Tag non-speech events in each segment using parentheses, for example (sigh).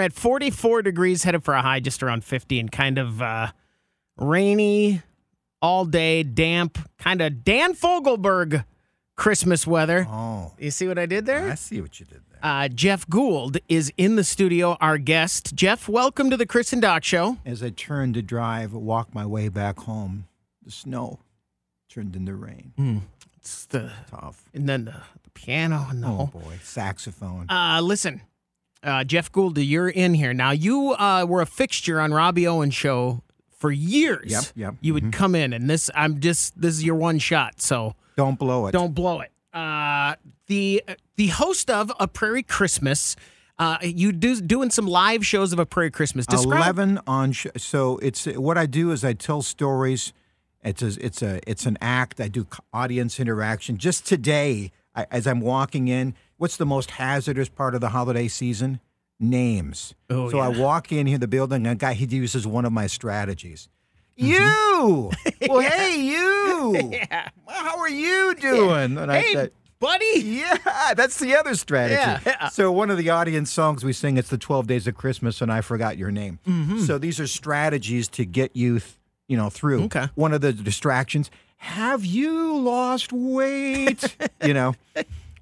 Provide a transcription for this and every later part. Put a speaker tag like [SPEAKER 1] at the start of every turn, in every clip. [SPEAKER 1] at 44 degrees, headed for a high just around 50, and kind of uh, rainy all day, damp, kind of Dan Fogelberg Christmas weather.
[SPEAKER 2] Oh,
[SPEAKER 1] You see what I did there?
[SPEAKER 2] I see what you did there.
[SPEAKER 1] Uh, Jeff Gould is in the studio, our guest. Jeff, welcome to the Chris and Doc Show.
[SPEAKER 2] As I turned to drive, walk my way back home, the snow turned into rain.
[SPEAKER 1] It's the
[SPEAKER 2] Tough.
[SPEAKER 1] and then the, the piano and the
[SPEAKER 2] Oh
[SPEAKER 1] whole.
[SPEAKER 2] boy, saxophone.
[SPEAKER 1] Uh, listen, uh, Jeff Gould, you're in here now. You uh, were a fixture on Robbie Owen's show for years.
[SPEAKER 2] Yep, yep. mm-hmm.
[SPEAKER 1] You would come in, and this I'm just this is your one shot, so
[SPEAKER 2] Don't blow it.
[SPEAKER 1] don't blow it. Uh, the the host of a Prairie Christmas. Uh, you do doing some live shows of a Prairie Christmas. Describe,
[SPEAKER 2] 11 on sh- so it's what I do is I tell stories it's a, it's a it's an act I do c- audience interaction just today I, as I'm walking in what's the most hazardous part of the holiday season names
[SPEAKER 1] Oh,
[SPEAKER 2] so I
[SPEAKER 1] yeah.
[SPEAKER 2] walk in here the building and a guy he uses one of my strategies
[SPEAKER 1] Mm-hmm. (laughs)
[SPEAKER 2] you well hey you yeah. how are you doing And I
[SPEAKER 1] Hey,
[SPEAKER 2] said-
[SPEAKER 1] buddy.
[SPEAKER 2] yeah, that's the other strategy.
[SPEAKER 1] Yeah.
[SPEAKER 2] So one of the audience songs we sing it's the 12 days of Christmas and I forgot your name.
[SPEAKER 1] Mm-hmm.
[SPEAKER 2] So these are strategies to get you, th- you know, through.
[SPEAKER 1] Okay.
[SPEAKER 2] One of the distractions, have you
[SPEAKER 1] (laughs)
[SPEAKER 2] lost weight? you know.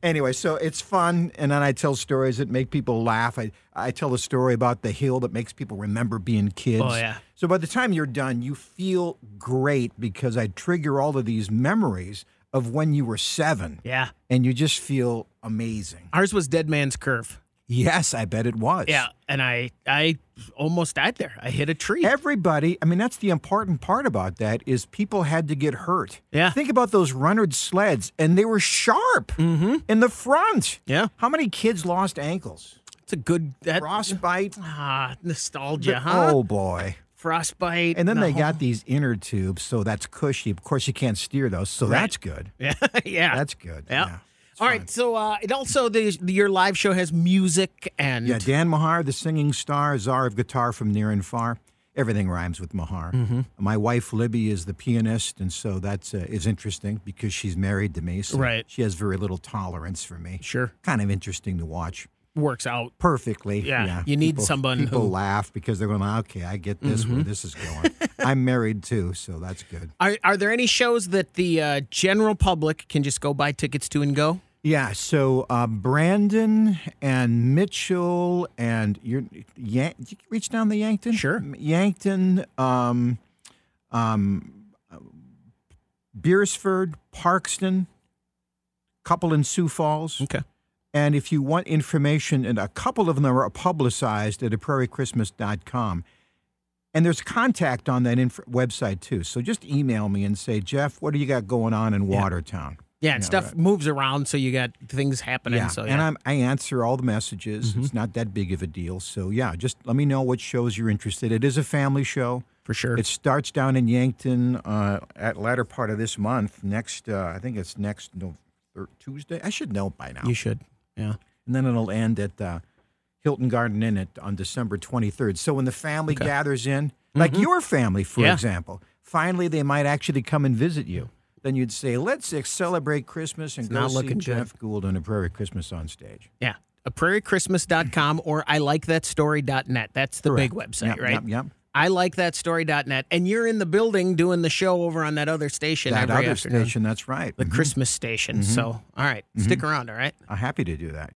[SPEAKER 2] Anyway, so it's fun and then I tell stories that make people laugh. I I tell a story about the hill that makes people remember being kids.
[SPEAKER 1] Oh, yeah.
[SPEAKER 2] So by the time you're done, you feel great because I trigger all of these memories of when you were 7
[SPEAKER 1] Yeah,
[SPEAKER 2] and you just feel amazing.
[SPEAKER 1] ours was Dead Man's Curve.
[SPEAKER 2] Yes, I bet it was.
[SPEAKER 1] Yeah, and I I almost died there. I hit a tree.
[SPEAKER 2] Everybody, I mean, that's the important part about that is people had to get hurt.
[SPEAKER 1] Yeah.
[SPEAKER 2] Think about those runnered sleds, and they were sharp in the front.
[SPEAKER 1] Mm-hmm. Yeah.
[SPEAKER 2] How many kids lost ankles?
[SPEAKER 1] It's a good that
[SPEAKER 2] Frostbite.
[SPEAKER 1] ah nostalgia, huh?
[SPEAKER 2] Oh boy!
[SPEAKER 1] Frostbite,
[SPEAKER 2] And then
[SPEAKER 1] the
[SPEAKER 2] they
[SPEAKER 1] whole-
[SPEAKER 2] got these inner tubes, so that's cushy. Of course, you can't steer those, so that's good.
[SPEAKER 1] yeah, (laughs) yeah.
[SPEAKER 2] That's good.
[SPEAKER 1] yeah.
[SPEAKER 2] Yeah.
[SPEAKER 1] All right, so uh, it also the, your live show has music and
[SPEAKER 2] Yeah, Dan Mahar, the singing star, czar of guitar from near and far. Everything rhymes with Mahar.
[SPEAKER 1] Mm-hmm.
[SPEAKER 2] My wife Libby is the pianist, and so that's uh, is interesting because she's married to me. So
[SPEAKER 1] Right.
[SPEAKER 2] She has very little tolerance for me.
[SPEAKER 1] sure
[SPEAKER 2] Kind of interesting to watch.
[SPEAKER 1] works out.
[SPEAKER 2] Perfectly.
[SPEAKER 1] Yeah, you need
[SPEAKER 2] people,
[SPEAKER 1] someone
[SPEAKER 2] People
[SPEAKER 1] who- Mm-hmm.
[SPEAKER 2] laugh because they're going, okay, I get this where this
[SPEAKER 1] (laughs)
[SPEAKER 2] is going. I'm married too, so that's good.
[SPEAKER 1] Are are there any shows that the uh, general public can just go buy tickets to and go?
[SPEAKER 2] Yeah, so uh, Brandon and Mitchell and you're Yan- did you reach down the Yankton?
[SPEAKER 1] Sure.
[SPEAKER 2] M- Yankton, um, um, uh, Beersford, Parkston, couple in Sioux Falls.
[SPEAKER 1] Okay.
[SPEAKER 2] And if you want information, and a couple of them are publicized at prairiechristmas.com. And there's contact on that inf- website too. So just email me and say, Jeff, what do you got going on in Watertown?
[SPEAKER 1] Yeah, and
[SPEAKER 2] Yeah,
[SPEAKER 1] stuff
[SPEAKER 2] right.
[SPEAKER 1] moves around, so you got things happening. So yeah. Mm-hmm.
[SPEAKER 2] and I'm, I answer all the messages. It's not that big of a deal. So yeah, just let me know what shows you're interested. It is a family show.
[SPEAKER 1] for sure.
[SPEAKER 2] It starts down in Yankton uh, at latter part of this month. Next, uh, I think it's next no, thir- Tuesday. I should know by now.
[SPEAKER 1] you should. Yeah.
[SPEAKER 2] and then it'll end at uh, Hilton Garden Inn at, on December 23rd. So when the family gathers in, like your family, for
[SPEAKER 1] Mm-hmm. Yeah.
[SPEAKER 2] example, finally they might actually come and visit you. Then you'd say, "Let's uh, celebrate Christmas and go
[SPEAKER 1] not
[SPEAKER 2] see
[SPEAKER 1] looking good.
[SPEAKER 2] Jeff Gould on a Prairie Christmas on stage."
[SPEAKER 1] Yeah. A prairiechristmas.com or I like that story.net. That's the big website,
[SPEAKER 2] Yep,
[SPEAKER 1] right?
[SPEAKER 2] yep, yep.
[SPEAKER 1] I like that story.net. And you're in the building doing the show over on that other station
[SPEAKER 2] that
[SPEAKER 1] every
[SPEAKER 2] other
[SPEAKER 1] afternoon.
[SPEAKER 2] station. That's right.
[SPEAKER 1] The
[SPEAKER 2] Mhm.
[SPEAKER 1] Christmas station. So, all right, stick around, all right?
[SPEAKER 2] I'm happy to do that.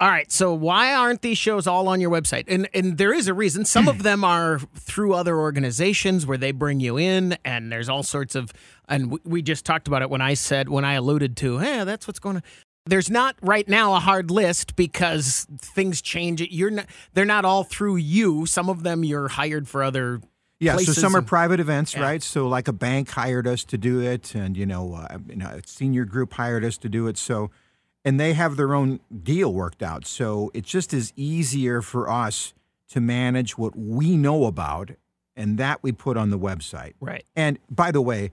[SPEAKER 1] All right, so why aren't these shows all on your website? And and there is a reason. Some of them are through other organizations where they bring you in, and there's all sorts of. And we, we just talked about it when I said when I alluded to, hey, that's what's going on. There's not right now a hard list because things change. You're not. They're not all through you. Some of them you're hired for other.
[SPEAKER 2] Yeah,
[SPEAKER 1] places
[SPEAKER 2] so some are
[SPEAKER 1] and-
[SPEAKER 2] private events, right? So like a bank hired us to do it, and you know, uh, you know, a senior group hired us to do it. So, and they have their own deal worked out. So it just is easier for us to manage what we know about, and that we put on the website.
[SPEAKER 1] right.
[SPEAKER 2] And by the way,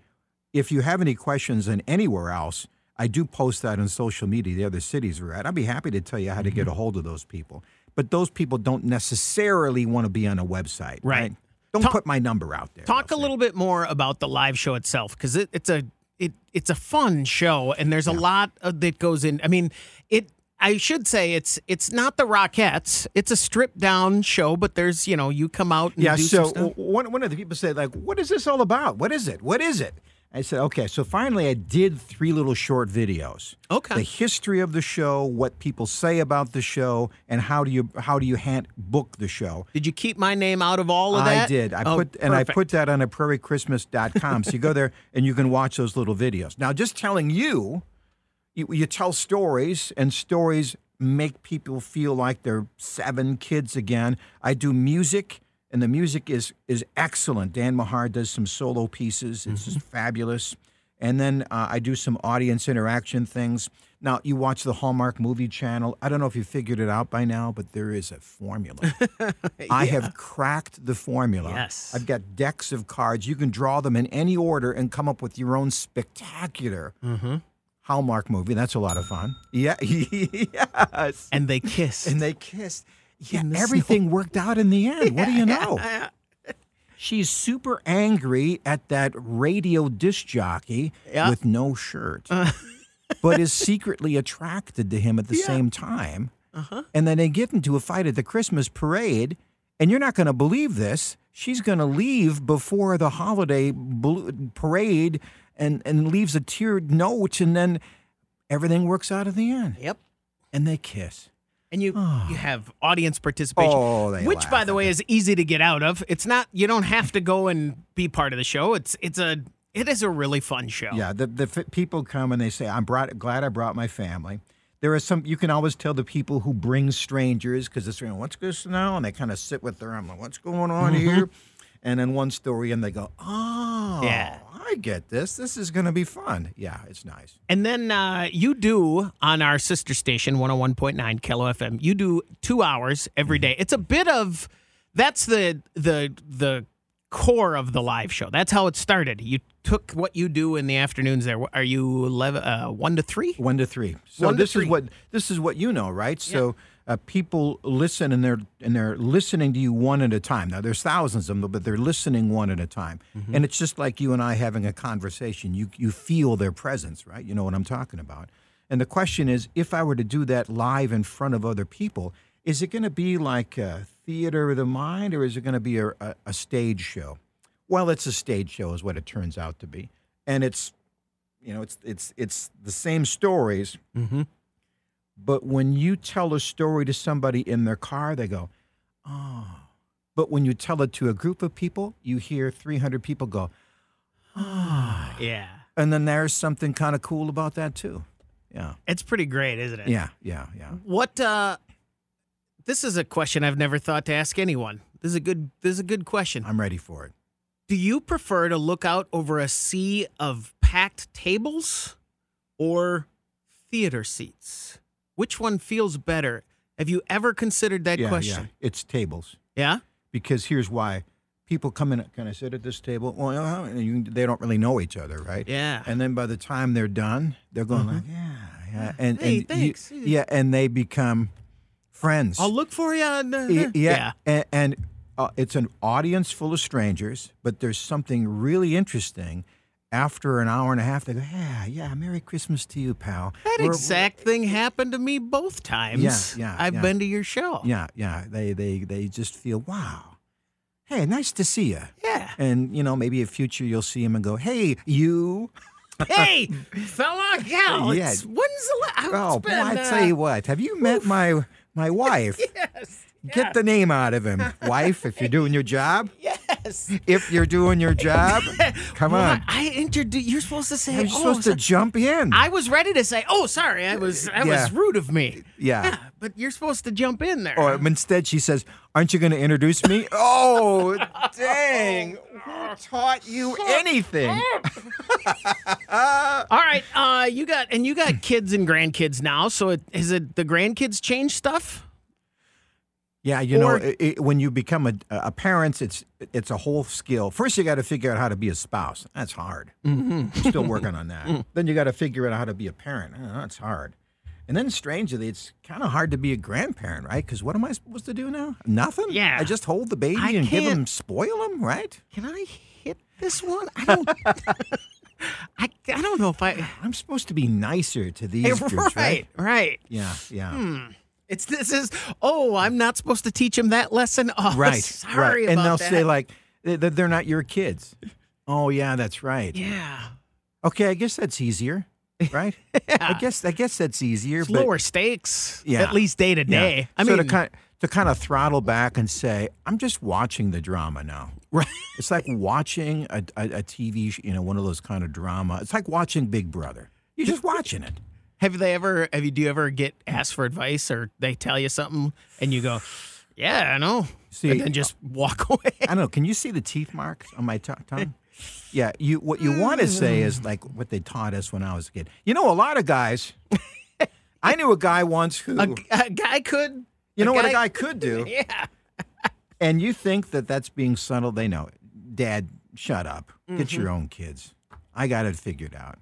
[SPEAKER 2] if you have any questions on anywhere else, I do post that on social media, the other cities we're at. I'd be happy to tell you how to get a hold of those people. But those people don't necessarily want to be on a website.
[SPEAKER 1] Right.
[SPEAKER 2] Right. Don't
[SPEAKER 1] Talk-
[SPEAKER 2] put my number out there.
[SPEAKER 1] Talk a
[SPEAKER 2] I'll say.
[SPEAKER 1] little bit more about the live show itself because it, it's a it it's a fun show and there's a lot of, that goes in. I mean, it I should say it's it's not the Rockettes. It's a stripped down show, but there's you know you come out. And
[SPEAKER 2] Yeah.
[SPEAKER 1] do
[SPEAKER 2] So
[SPEAKER 1] some stuff.
[SPEAKER 2] w- one one of the people said like, "What is this all about? What is it? What is it?" I said, "Okay." So finally, I did three little short videos.
[SPEAKER 1] Okay.
[SPEAKER 2] The history of the show, what people say about the show, and how do you how do you hand book the show.
[SPEAKER 1] did you keep my name out of all of that?
[SPEAKER 2] I did. I
[SPEAKER 1] Oh,
[SPEAKER 2] put and I
[SPEAKER 1] perfect.
[SPEAKER 2] put that on a prairiechristmas.com. so you go there and you can watch those little videos. Now, just telling you, you, you tell stories, and stories make people feel like they're seven kids again. I do music, and the music is is excellent. Dan Mahar does some solo pieces; it's just
[SPEAKER 1] Mm-hmm.
[SPEAKER 2] fabulous. And then uh, I do some audience interaction things. Now you watch the Hallmark Movie Channel. I don't know if you figured it out by now, but there is a
[SPEAKER 1] (laughs)
[SPEAKER 2] formula. I have cracked the formula.
[SPEAKER 1] Yes.
[SPEAKER 2] I've got decks of cards. You can draw them in any order and come up with your own spectacular Hallmark movie. That's a lot of fun. Yeah, (laughs) yes.
[SPEAKER 1] and they kissed.
[SPEAKER 2] And they kissed. Yeah,
[SPEAKER 1] In the
[SPEAKER 2] everything worked out in the end. what do
[SPEAKER 1] (laughs)
[SPEAKER 2] you know? She's super angry at that radio disc jockey
[SPEAKER 1] Yeah. Uh.
[SPEAKER 2] with no shirt,
[SPEAKER 1] (laughs)
[SPEAKER 2] but is secretly attracted to him at the same time.
[SPEAKER 1] Uh-huh.
[SPEAKER 2] And then they get into a fight at the Christmas parade. And you're not going to believe this. She's going to leave before the holiday blu- parade and, and leaves a tiered note. And then everything works out in the end.
[SPEAKER 1] yep.
[SPEAKER 2] And they kiss.
[SPEAKER 1] And you you have audience participation,
[SPEAKER 2] Ah. Oh, they
[SPEAKER 1] which by
[SPEAKER 2] laugh
[SPEAKER 1] the
[SPEAKER 2] at
[SPEAKER 1] way is easy to get out of. It's not you don't have to go and be part of the show. It's it's a it is a really fun show.
[SPEAKER 2] Yeah, the the f- people come and they say, "I'm brought, glad I brought my family." There are some you can always tell the people who bring strangers because it's you know, what's this now, and they kind of sit with their arm like, "What's going on here?" And then one story, and they go, "Oh,
[SPEAKER 1] Yeah.
[SPEAKER 2] I get this. This is going to be fun." Yeah, it's nice.
[SPEAKER 1] And then uh, you do on our sister station, 101.9 Kilo FM, you do two hours every day. It's a bit of that's the the the core of the live show. That's how it started. You took what you do in the afternoons there. Are you 11, uh, 1 to 3?
[SPEAKER 2] One to three. So
[SPEAKER 1] One to
[SPEAKER 2] this
[SPEAKER 1] three.
[SPEAKER 2] is what this is what you know, right? So uh, people listen and they're and they're listening to you one at a time. Now there's thousands of them, but they're listening one at a time,
[SPEAKER 1] Mm-hmm.
[SPEAKER 2] and it's just like you and I having a conversation. You you feel their presence, right? You know what I'm talking about. And the question is, if I were to do that live in front of other people, is it going to be like a theater of the mind, or is it going to be a, a, a stage show? Well, it's a stage show, is what it turns out to be, and it's you know it's it's it's the same stories but when you tell a story to somebody in their car they go oh but when you tell it to a group of people you hear 300 people go
[SPEAKER 1] Yeah.
[SPEAKER 2] and then there's something kind of cool about that too yeah
[SPEAKER 1] It's pretty great, isn't it?
[SPEAKER 2] yeah yeah yeah
[SPEAKER 1] What uh This is a question I've never thought to ask anyone. This is a good this is a good question.
[SPEAKER 2] i'm ready for it
[SPEAKER 1] Do you prefer to look out over a sea of packed tables or theater seats? Which one feels better? Have you ever considered that
[SPEAKER 2] yeah
[SPEAKER 1] question?
[SPEAKER 2] yeah it's tables
[SPEAKER 1] Yeah.
[SPEAKER 2] because here's why people come in can i sit at this table well uh, and you, they don't really know each other right
[SPEAKER 1] Yeah. Uh-huh.
[SPEAKER 2] and then by the time they're done they're going like yeah yeah and,
[SPEAKER 1] Hey,
[SPEAKER 2] and you-
[SPEAKER 1] thanks.
[SPEAKER 2] yeah and they become friends
[SPEAKER 1] I'll look for you (laughs) on. Uh,
[SPEAKER 2] Y- yeah, and, and uh, it's an audience full of strangers, but there's something really interesting. After an hour and a half, they go, "Yeah, yeah, Merry Christmas to you, pal."
[SPEAKER 1] That
[SPEAKER 2] We're-
[SPEAKER 1] exact thing happened to me both times.
[SPEAKER 2] Yeah, yeah,
[SPEAKER 1] I've
[SPEAKER 2] yeah.
[SPEAKER 1] been to your show.
[SPEAKER 2] Yeah, yeah. They they they just feel, "Wow, hey, nice to see you."
[SPEAKER 1] Yeah.
[SPEAKER 2] And you know, maybe in future you'll see him and go, "Hey,
[SPEAKER 1] (laughs)
[SPEAKER 2] you."
[SPEAKER 1] (laughs) hey, fella, gal.
[SPEAKER 2] (laughs) Yeah.
[SPEAKER 1] It's, when's the last?
[SPEAKER 2] Oh, boy,
[SPEAKER 1] been,
[SPEAKER 2] I
[SPEAKER 1] uh,
[SPEAKER 2] tell you what, have you met my
[SPEAKER 1] (laughs)
[SPEAKER 2] my wife?
[SPEAKER 1] Yes.
[SPEAKER 2] Get the name out
[SPEAKER 1] (laughs)
[SPEAKER 2] of him, wife. If you're doing your job,
[SPEAKER 1] (laughs) Yes.
[SPEAKER 2] if you're doing
[SPEAKER 1] (laughs)
[SPEAKER 2] your job, come
[SPEAKER 1] Well,
[SPEAKER 2] on.
[SPEAKER 1] I, I introduced. You're supposed to say.
[SPEAKER 2] You're
[SPEAKER 1] oh,
[SPEAKER 2] supposed to jump in.
[SPEAKER 1] I was ready to say, "Oh, sorry, I was that
[SPEAKER 2] Yeah.
[SPEAKER 1] was rude of me."
[SPEAKER 2] Yeah.
[SPEAKER 1] but you're supposed to jump in there.
[SPEAKER 2] Or instead, she says, "Aren't you going to introduce
[SPEAKER 1] (laughs)
[SPEAKER 2] me?" oh, dang!
[SPEAKER 1] Oh,
[SPEAKER 2] Who taught you anything?
[SPEAKER 1] All right, uh, you got and you
[SPEAKER 2] (clears throat)
[SPEAKER 1] got kids and grandkids now. So it, is it the grandkids change stuff?
[SPEAKER 2] Yeah, you know,
[SPEAKER 1] Or-
[SPEAKER 2] i i when you become a, a parent, it's it's a whole skill. First, you got to figure out how to be a spouse. That's hard.
[SPEAKER 1] Mm-hmm.
[SPEAKER 2] I'm still working
[SPEAKER 1] (laughs)
[SPEAKER 2] on
[SPEAKER 1] Mm.
[SPEAKER 2] that. then you got to figure out how to be a parent. Uh, that's hard. And then, strangely, it's kind of hard to be a grandparent, right? Because what am I supposed to do now? Nothing.
[SPEAKER 1] Yeah.
[SPEAKER 2] I just hold the baby
[SPEAKER 1] I
[SPEAKER 2] and give
[SPEAKER 1] can't-
[SPEAKER 2] him, spoil him, right?
[SPEAKER 1] (laughs) Can I hit this one? I don't. I, I don't know if I.
[SPEAKER 2] I'm supposed to be nicer to (laughs) these groups, right?
[SPEAKER 1] right, right.
[SPEAKER 2] Yeah, yeah.
[SPEAKER 1] Hmm, It's this is oh, I'm not supposed to teach him that lesson. Oh,
[SPEAKER 2] Right,
[SPEAKER 1] sorry
[SPEAKER 2] right. And they'll
[SPEAKER 1] about that.
[SPEAKER 2] say like th- th- they're not your kids. Oh yeah, that's right.
[SPEAKER 1] yeah,
[SPEAKER 2] Okay, I guess that's easier, right?
[SPEAKER 1] (laughs)
[SPEAKER 2] I guess I guess that's easier.
[SPEAKER 1] it's
[SPEAKER 2] but-
[SPEAKER 1] lower stakes.
[SPEAKER 2] Yeah.
[SPEAKER 1] at least day to
[SPEAKER 2] Yeah.
[SPEAKER 1] day. I
[SPEAKER 2] so
[SPEAKER 1] mean,
[SPEAKER 2] to kind to kind of throttle back and say, I'm just watching the drama now.
[SPEAKER 1] right.
[SPEAKER 2] (laughs) It's like watching a, a, a TV, sh- you know, one of those kind of drama. It's like watching Big Brother. You're just watching it.
[SPEAKER 1] Have they ever? Have you? Do you ever get asked for advice, or they tell you something, and you go, "Yeah, I know,"
[SPEAKER 2] See, uh,
[SPEAKER 1] and then just walk (laughs) away?
[SPEAKER 2] I don't know. Can you see the teeth marks on my to- tongue? Yeah. You what you want to say is like what they taught us when I was a kid. You know, a lot of guys. I knew a guy once who,
[SPEAKER 1] A, a guy could.
[SPEAKER 2] you know, what a
[SPEAKER 1] guy-
[SPEAKER 2] guy could do.
[SPEAKER 1] (laughs) Yeah.
[SPEAKER 2] And you think that that's being subtle? They know it. Dad, shut up. Get
[SPEAKER 1] Mm-hmm.
[SPEAKER 2] your own kids. I got it figured out.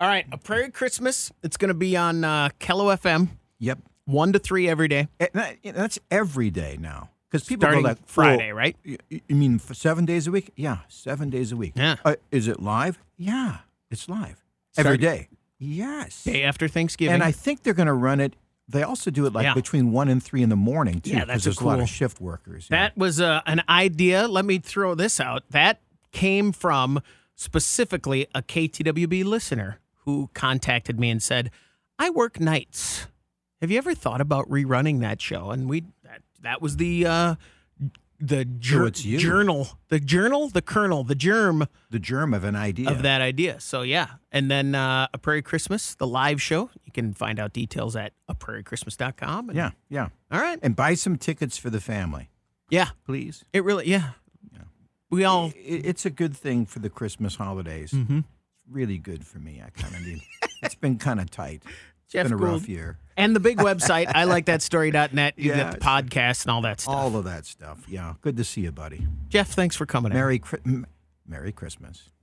[SPEAKER 1] All right, a prairie Christmas. It's going to be on uh, Kello FM,
[SPEAKER 2] Yep.
[SPEAKER 1] one to three every day,
[SPEAKER 2] And that- and that's every day now. Because people
[SPEAKER 1] starting
[SPEAKER 2] go like, "Oh,
[SPEAKER 1] Friday, right?
[SPEAKER 2] y- y- You mean for seven days a week? Yeah, seven days a week.
[SPEAKER 1] Yeah.
[SPEAKER 2] Uh, is it live? Yeah, it's live every
[SPEAKER 1] Start-
[SPEAKER 2] day. Yes.
[SPEAKER 1] Day after Thanksgiving.
[SPEAKER 2] And I think they're going to run it. They also do it like
[SPEAKER 1] Yeah.
[SPEAKER 2] between one and three in the morning too.
[SPEAKER 1] Yeah, that's
[SPEAKER 2] 'cause
[SPEAKER 1] a
[SPEAKER 2] there's a lot
[SPEAKER 1] cool-
[SPEAKER 2] of shift workers. yeah.
[SPEAKER 1] That was uh, an idea. Let me throw this out. That came from specifically a KTWB listener who contacted me and said, "I work nights. Have you ever thought about rerunning that show?" And we that, that was the uh, the
[SPEAKER 2] So
[SPEAKER 1] jur-
[SPEAKER 2] it's you.
[SPEAKER 1] journal, the journal, the kernel, the germ
[SPEAKER 2] the germ of an idea.
[SPEAKER 1] of that idea. So yeah, and then uh, a Prairie Christmas, the live show. You can find out details at aprairiechristmas.com. And,
[SPEAKER 2] Yeah, yeah.
[SPEAKER 1] All right.
[SPEAKER 2] And buy some tickets for the family,
[SPEAKER 1] Yeah.
[SPEAKER 2] please.
[SPEAKER 1] It really. Yeah. We all
[SPEAKER 2] I- it's a good thing for the Christmas holidays. Mm-hmm. Really good for me. I kind of need. it's been kind of tight.
[SPEAKER 1] (laughs)
[SPEAKER 2] It's
[SPEAKER 1] Jeff
[SPEAKER 2] been a
[SPEAKER 1] Gould.
[SPEAKER 2] rough year.
[SPEAKER 1] And the big website, I like that story.net. (laughs) You
[SPEAKER 2] Yeah.
[SPEAKER 1] get the podcast and all that stuff.
[SPEAKER 2] All of that stuff. Yeah. Good to see you, buddy.
[SPEAKER 1] Jeff, thanks for coming in.
[SPEAKER 2] Merry Chri- m- Merry Christmas.